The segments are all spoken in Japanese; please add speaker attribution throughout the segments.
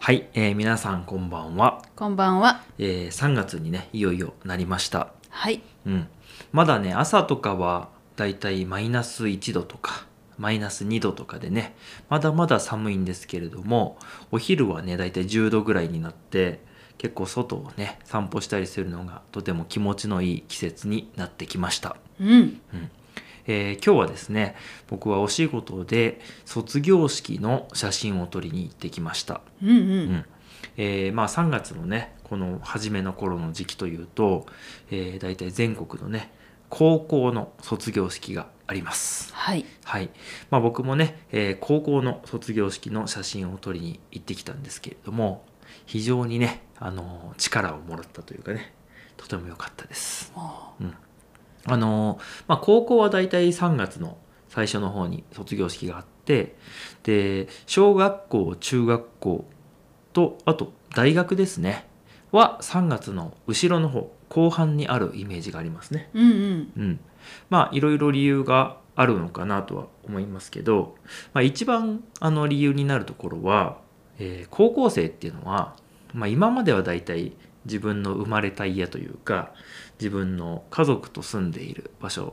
Speaker 1: はい、えー皆さんこんばんは、
Speaker 2: こんばんは。
Speaker 1: えー3月にねいよいよなりました
Speaker 2: はい。
Speaker 1: うんまだね朝とかはだいたいマイナス1度とかマイナス2度とかでねまだまだ寒いんですけれどもお昼はねだいたい10度ぐらいになって結構外をね散歩したりするのがとても気持ちのいい季節になってきました
Speaker 2: うん。
Speaker 1: えー今日はですね僕はお仕事で卒業式の写真を撮りに行ってきました、
Speaker 2: うんう。
Speaker 1: うんんえーまあ、3月のねこの初めの頃の時期というと、えー、大体全国のね高校の卒業式があります
Speaker 2: はい。
Speaker 1: はい、まあ、僕もね、えー高校の卒業式の写真を撮りに行ってきたんですけれども非常にね、あのー力をもらったというかねとても良かったです
Speaker 2: あ
Speaker 1: うん、あのーまあ高校は大体3月の最初の方に卒業式があってで小学校中学校とあと大学ですねは3月の後ろの方後半にあるイメージがありますね。
Speaker 2: ーうんうん。
Speaker 1: うん、まあいろいろ理由があるのかなとは思いますけど、まあ、一番あの理由になるところは、えー高校生っていうのは、まあ、今まではだいたい自分の生まれた家というか自分の家族と住んでいる場所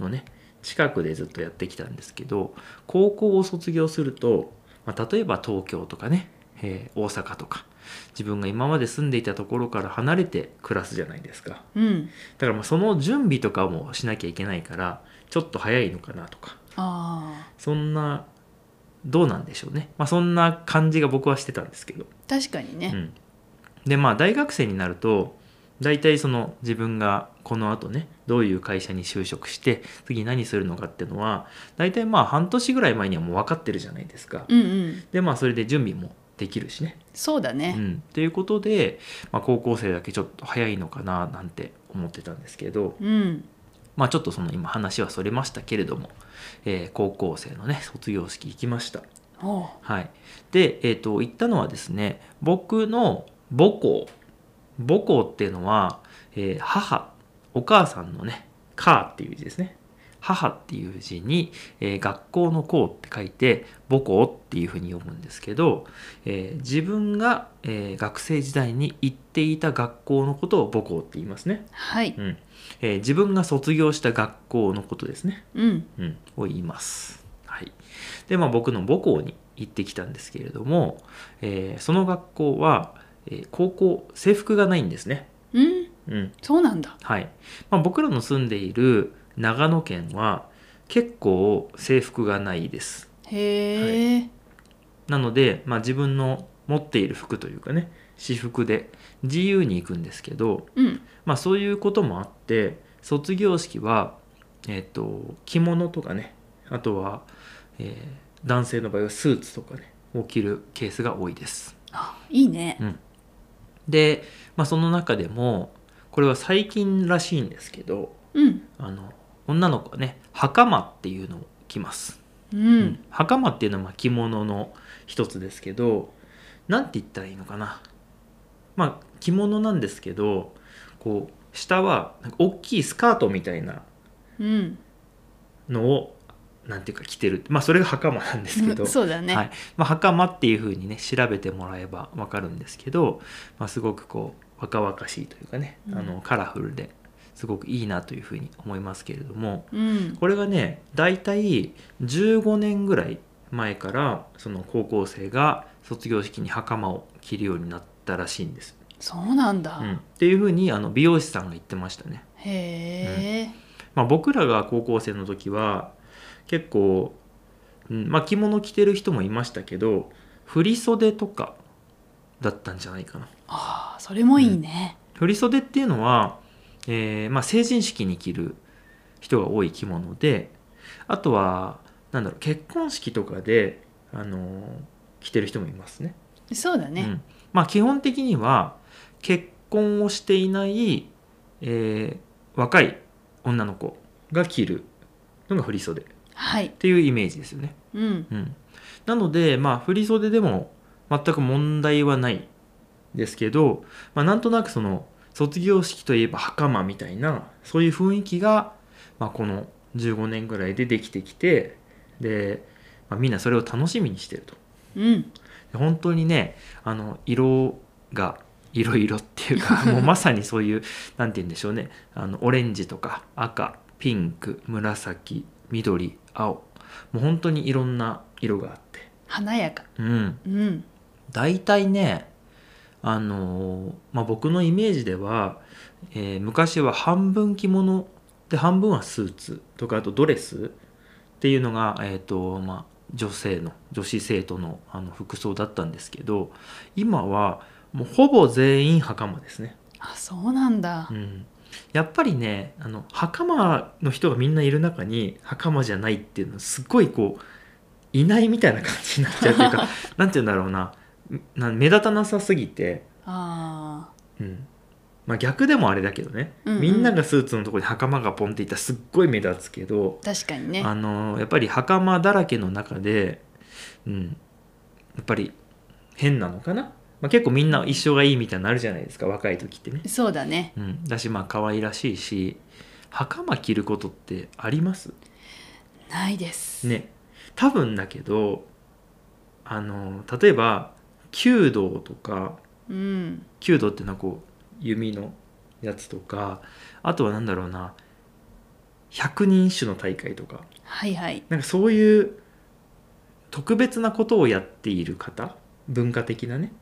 Speaker 1: のね近くでずっとやってきたんですけど高校を卒業すると、まあ、例えば東京とかね、えー大阪とか自分が今まで住んでいたところから離れて暮らすじゃないですか。
Speaker 2: うん。
Speaker 1: だからまあその準備とかもしなきゃいけないからちょっと早いのかなとか
Speaker 2: ああ。
Speaker 1: そんなどうなんでしょうね、まあ、そんな感じが僕はしてたんですけど、
Speaker 2: 確かに
Speaker 1: う
Speaker 2: ね。
Speaker 1: ん、でまあ大学生になると大体その自分がこのあとねどういう会社に就職して次何するのかっていうのは大体まあ半年ぐらい前にはもう分かってるじゃないですか、
Speaker 2: うんうん。
Speaker 1: でまあそれで準備もできるしね
Speaker 2: そうだ
Speaker 1: う
Speaker 2: ね。
Speaker 1: ん、ということで、まあ、高校生だけちょっと早いのかななんて思ってたんですけど、
Speaker 2: うん。
Speaker 1: まあちょっとその今話はそれましたけれども、えー高校生のね卒業式行きました。
Speaker 2: おう
Speaker 1: はい、で、えー、と行ったのはですね僕の母校母校っていうのは、えー母お母さんのね「母」っていう字ですね母っていう字に、えー学校の校って書いて母校っていうふうに読むんですけど、えー自分が、えー学生時代に行っていた学校のことを母校って言いますね。
Speaker 2: はい。
Speaker 1: うんえー自分が卒業した学校のことですね、
Speaker 2: うん。
Speaker 1: うん、を言います。はい、で、まあ、僕の母校に行ってきたんですけれども、えーその学校は、えー高校制服がないんですね。
Speaker 2: うん。
Speaker 1: うん
Speaker 2: そうなんだ。
Speaker 1: はいまあ、僕らの住んでいる長野県は結構制服がないです。
Speaker 2: へえ。
Speaker 1: なので、まあ、自分の持っている服というかね私服で自由に行くんですけど、
Speaker 2: うん。
Speaker 1: まあそういうこともあって卒業式は、えっと着物とかねあとは、えー男性の場合はスーツとかねを着るケースが多いです。
Speaker 2: あ、いいね。
Speaker 1: で、まあ、その中でもこれは最近らしいんですけど
Speaker 2: うん。
Speaker 1: あの女の子はね袴っていうのを着ます。
Speaker 2: うん。
Speaker 1: 袴っていうのはまあ着物の一つですけどなんて言ったらいいのかなまあ着物なんですけどこう下はなんか大きいスカートみたいな
Speaker 2: うん。
Speaker 1: のをなんていうか着てるまあそれが袴なんですけど、
Speaker 2: そうだ
Speaker 1: は
Speaker 2: ね。
Speaker 1: いまあ、袴っていう風にね調べてもらえばわかるんですけど、まあ、すごくこう若々しいというかね、
Speaker 2: うん
Speaker 1: あのカラフルですごくいいなという風に思いますけれども、
Speaker 2: うん。
Speaker 1: これがね大体15年ぐらい前からその高校生が卒業式に袴を着るようになったらしいんです。
Speaker 2: そうなんだ
Speaker 1: うん、。っていうふうにあの美容師さんが言ってましたね。
Speaker 2: へえ。
Speaker 1: まあ、僕らが高校生の時は結構、うんまあ、着物着てる人もいましたけど振袖とかだったんじゃないかな。
Speaker 2: ああ、それもいいね。
Speaker 1: 振袖っていうのは、えーまあ、成人式に着る人が多い着物であとはなんだろう結婚式とかで、あのー着てる人もいますね。
Speaker 2: そうだ
Speaker 1: う
Speaker 2: ね。
Speaker 1: んまあ、基本的には結婚をしていない、えー若い女の子が着るのが振袖っ
Speaker 2: はい。
Speaker 1: ていうイメージですよね。
Speaker 2: うん。
Speaker 1: うん、なのでまあ振袖でも全く問題はないですけど、まあ、なんとなくその卒業式といえば袴みたいなそういう雰囲気が、まあ、この15年ぐらいでできてきてで、まあ、みんなそれを楽しみにしてると
Speaker 2: うん。
Speaker 1: 本当にねあの色がいろいろっていうかもうまさにそういうなんて言うんでしょうねあのオレンジとか赤ピンク紫緑青もう本当にいろんな色があって
Speaker 2: 華やか。
Speaker 1: うん
Speaker 2: うん。
Speaker 1: 大体ねあのーまあ、僕のイメージでは、えー昔は半分着物で半分はスーツとかあとドレスっていうのが、えーとまあ、女性の女子生徒のあの服装だったんですけど今はもうほぼ全員袴ですね、
Speaker 2: あ、そうなんだ
Speaker 1: う。ん、やっぱりねあの袴の人がみんないる中に袴じゃないっていうのはすっごいこういないみたいな感じになっちゃうという かなんて言うんだろうなな目立たなさすぎて、
Speaker 2: あ
Speaker 1: うんまあ、逆でもあれだけどね、
Speaker 2: うんうん
Speaker 1: みんながスーツのところに袴がポンっていったらすっごい目立つけど
Speaker 2: あ、確かにね
Speaker 1: あ。のやっぱり袴だらけの中で、うん、やっぱり変なのかな、まあ、結構みんな一緒がいいみたいになのあるじゃないですか若い時ってね。
Speaker 2: そうだね。
Speaker 1: うん、だしまあ可愛らしいし袴着ることってあります
Speaker 2: ないです。
Speaker 1: ね多分だけどあの例えば弓道とか
Speaker 2: うん。
Speaker 1: 弓道っていうのはこう弓のやつとかあとは何だろうな百人一首の大会とか
Speaker 2: はいはい。
Speaker 1: なんかそういう特別なことをやっている方文化的なね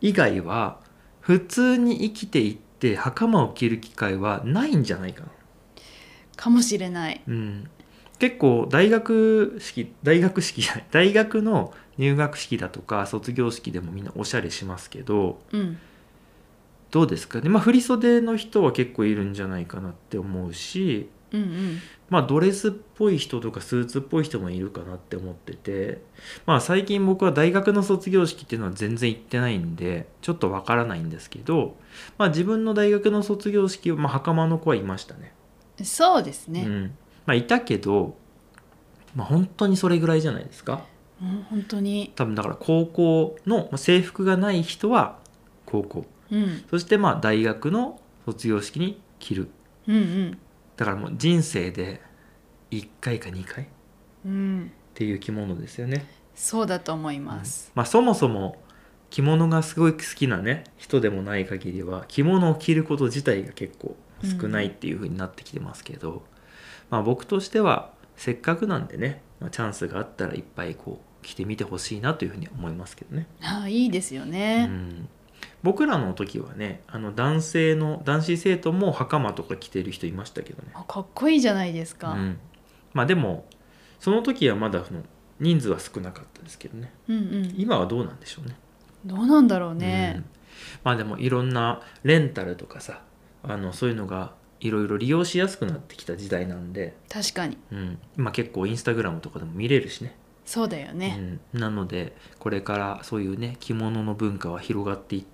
Speaker 1: 以外は普通に生きていって袴を着る機会はないんじゃないかな。
Speaker 2: かもしれない。
Speaker 1: うん、結構大学式大学式じゃない大学の入学式だとか卒業式でもみんなおしゃれしますけど
Speaker 2: うん。
Speaker 1: どうですかねまあ振袖の人は結構いるんじゃないかなって思うし
Speaker 2: うんうん。
Speaker 1: まあドレスっぽい人とかスーツっぽい人もいるかなって思っててまあ最近僕は大学の卒業式っていうのは全然行ってないんでちょっとわからないんですけどまあ自分の大学の卒業式は、まあ、袴の子はいましたね。
Speaker 2: そうです
Speaker 1: う
Speaker 2: ね。
Speaker 1: ん、まあいたけど、まあ、本当にそれぐらいじゃないですか
Speaker 2: うん、本当に。
Speaker 1: 多分だから高校のまあ制服がない人は高校
Speaker 2: うん。
Speaker 1: そしてまあ大学の卒業式に着る
Speaker 2: うん
Speaker 1: だからもう人生で1回か2回っ
Speaker 2: うん。うん。
Speaker 1: ていう着物ですよね、
Speaker 2: そうだと思い
Speaker 1: うん
Speaker 2: ます。
Speaker 1: まあ、そもそも着物がすごい好きなね人でもない限りは着物を着ること自体が結構少ないっていう風になってきてますけど、まあ、僕としてはせっかくなんでね、まあチャンスがあったらいっぱいこう着てみてほしいなという風に思いますけどね。
Speaker 2: ああ、いいですよ
Speaker 1: う
Speaker 2: ね。
Speaker 1: ん僕らの時はねあの男性の男子生徒も袴とか着てる人いましたけどね。
Speaker 2: あかっこいいじゃないです
Speaker 1: う
Speaker 2: か。
Speaker 1: ん、まあでもその時はまだその人数は少なかったですけどね
Speaker 2: うん、うん。
Speaker 1: 今はどうなんでしょうね。
Speaker 2: どうなんだろう
Speaker 1: う
Speaker 2: ね
Speaker 1: ん。まあでもいろんなレンタルとかさあのそういうのがいろいろ利用しやすくなってきた時代なんで、
Speaker 2: 確かに。
Speaker 1: うん、今結構インスタグラムとかでも見れるしね
Speaker 2: そうだよね。
Speaker 1: うん、なのでこれからそういうね着物の文化は広がっていっ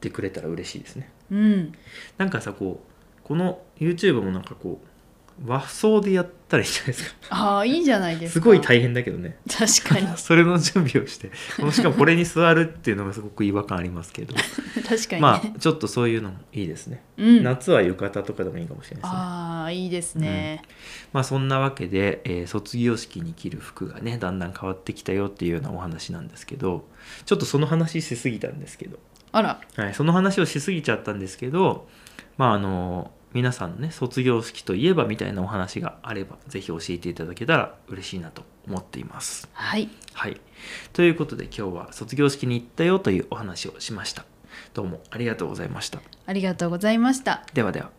Speaker 1: てくれたら嬉しいですね
Speaker 2: うん。
Speaker 1: なんかさこうこの YouTube もなんかこう和装でやったらいいじゃないですか
Speaker 2: ああ、いいじゃないですすか。
Speaker 1: ごい大変だけどね
Speaker 2: 確かに
Speaker 1: それの準備をしてこのしかもこれに座るっていうのがすごく違和感ありますけど
Speaker 2: 確かにね、
Speaker 1: まあちょっとそういうのもいいですね
Speaker 2: うん、
Speaker 1: 夏は浴衣とかでもいいかもしれないですね。
Speaker 2: ああいいですね、
Speaker 1: まあそんなわけで、えー卒業式に着る服がねだんだん変わってきたよっていうようなお話なんですけどちょっとその話しすぎたんですけど、
Speaker 2: あら
Speaker 1: はい、その話をしすぎちゃったんですけどまああの皆さんのね卒業式といえばみたいなお話があればぜひ教えていただけたら嬉しいなと思っています。
Speaker 2: はい
Speaker 1: はい、ということで今日は卒業式に行ったよというお話をしました。どうもありがとうございました。
Speaker 2: ありがとうございました
Speaker 1: ではでは。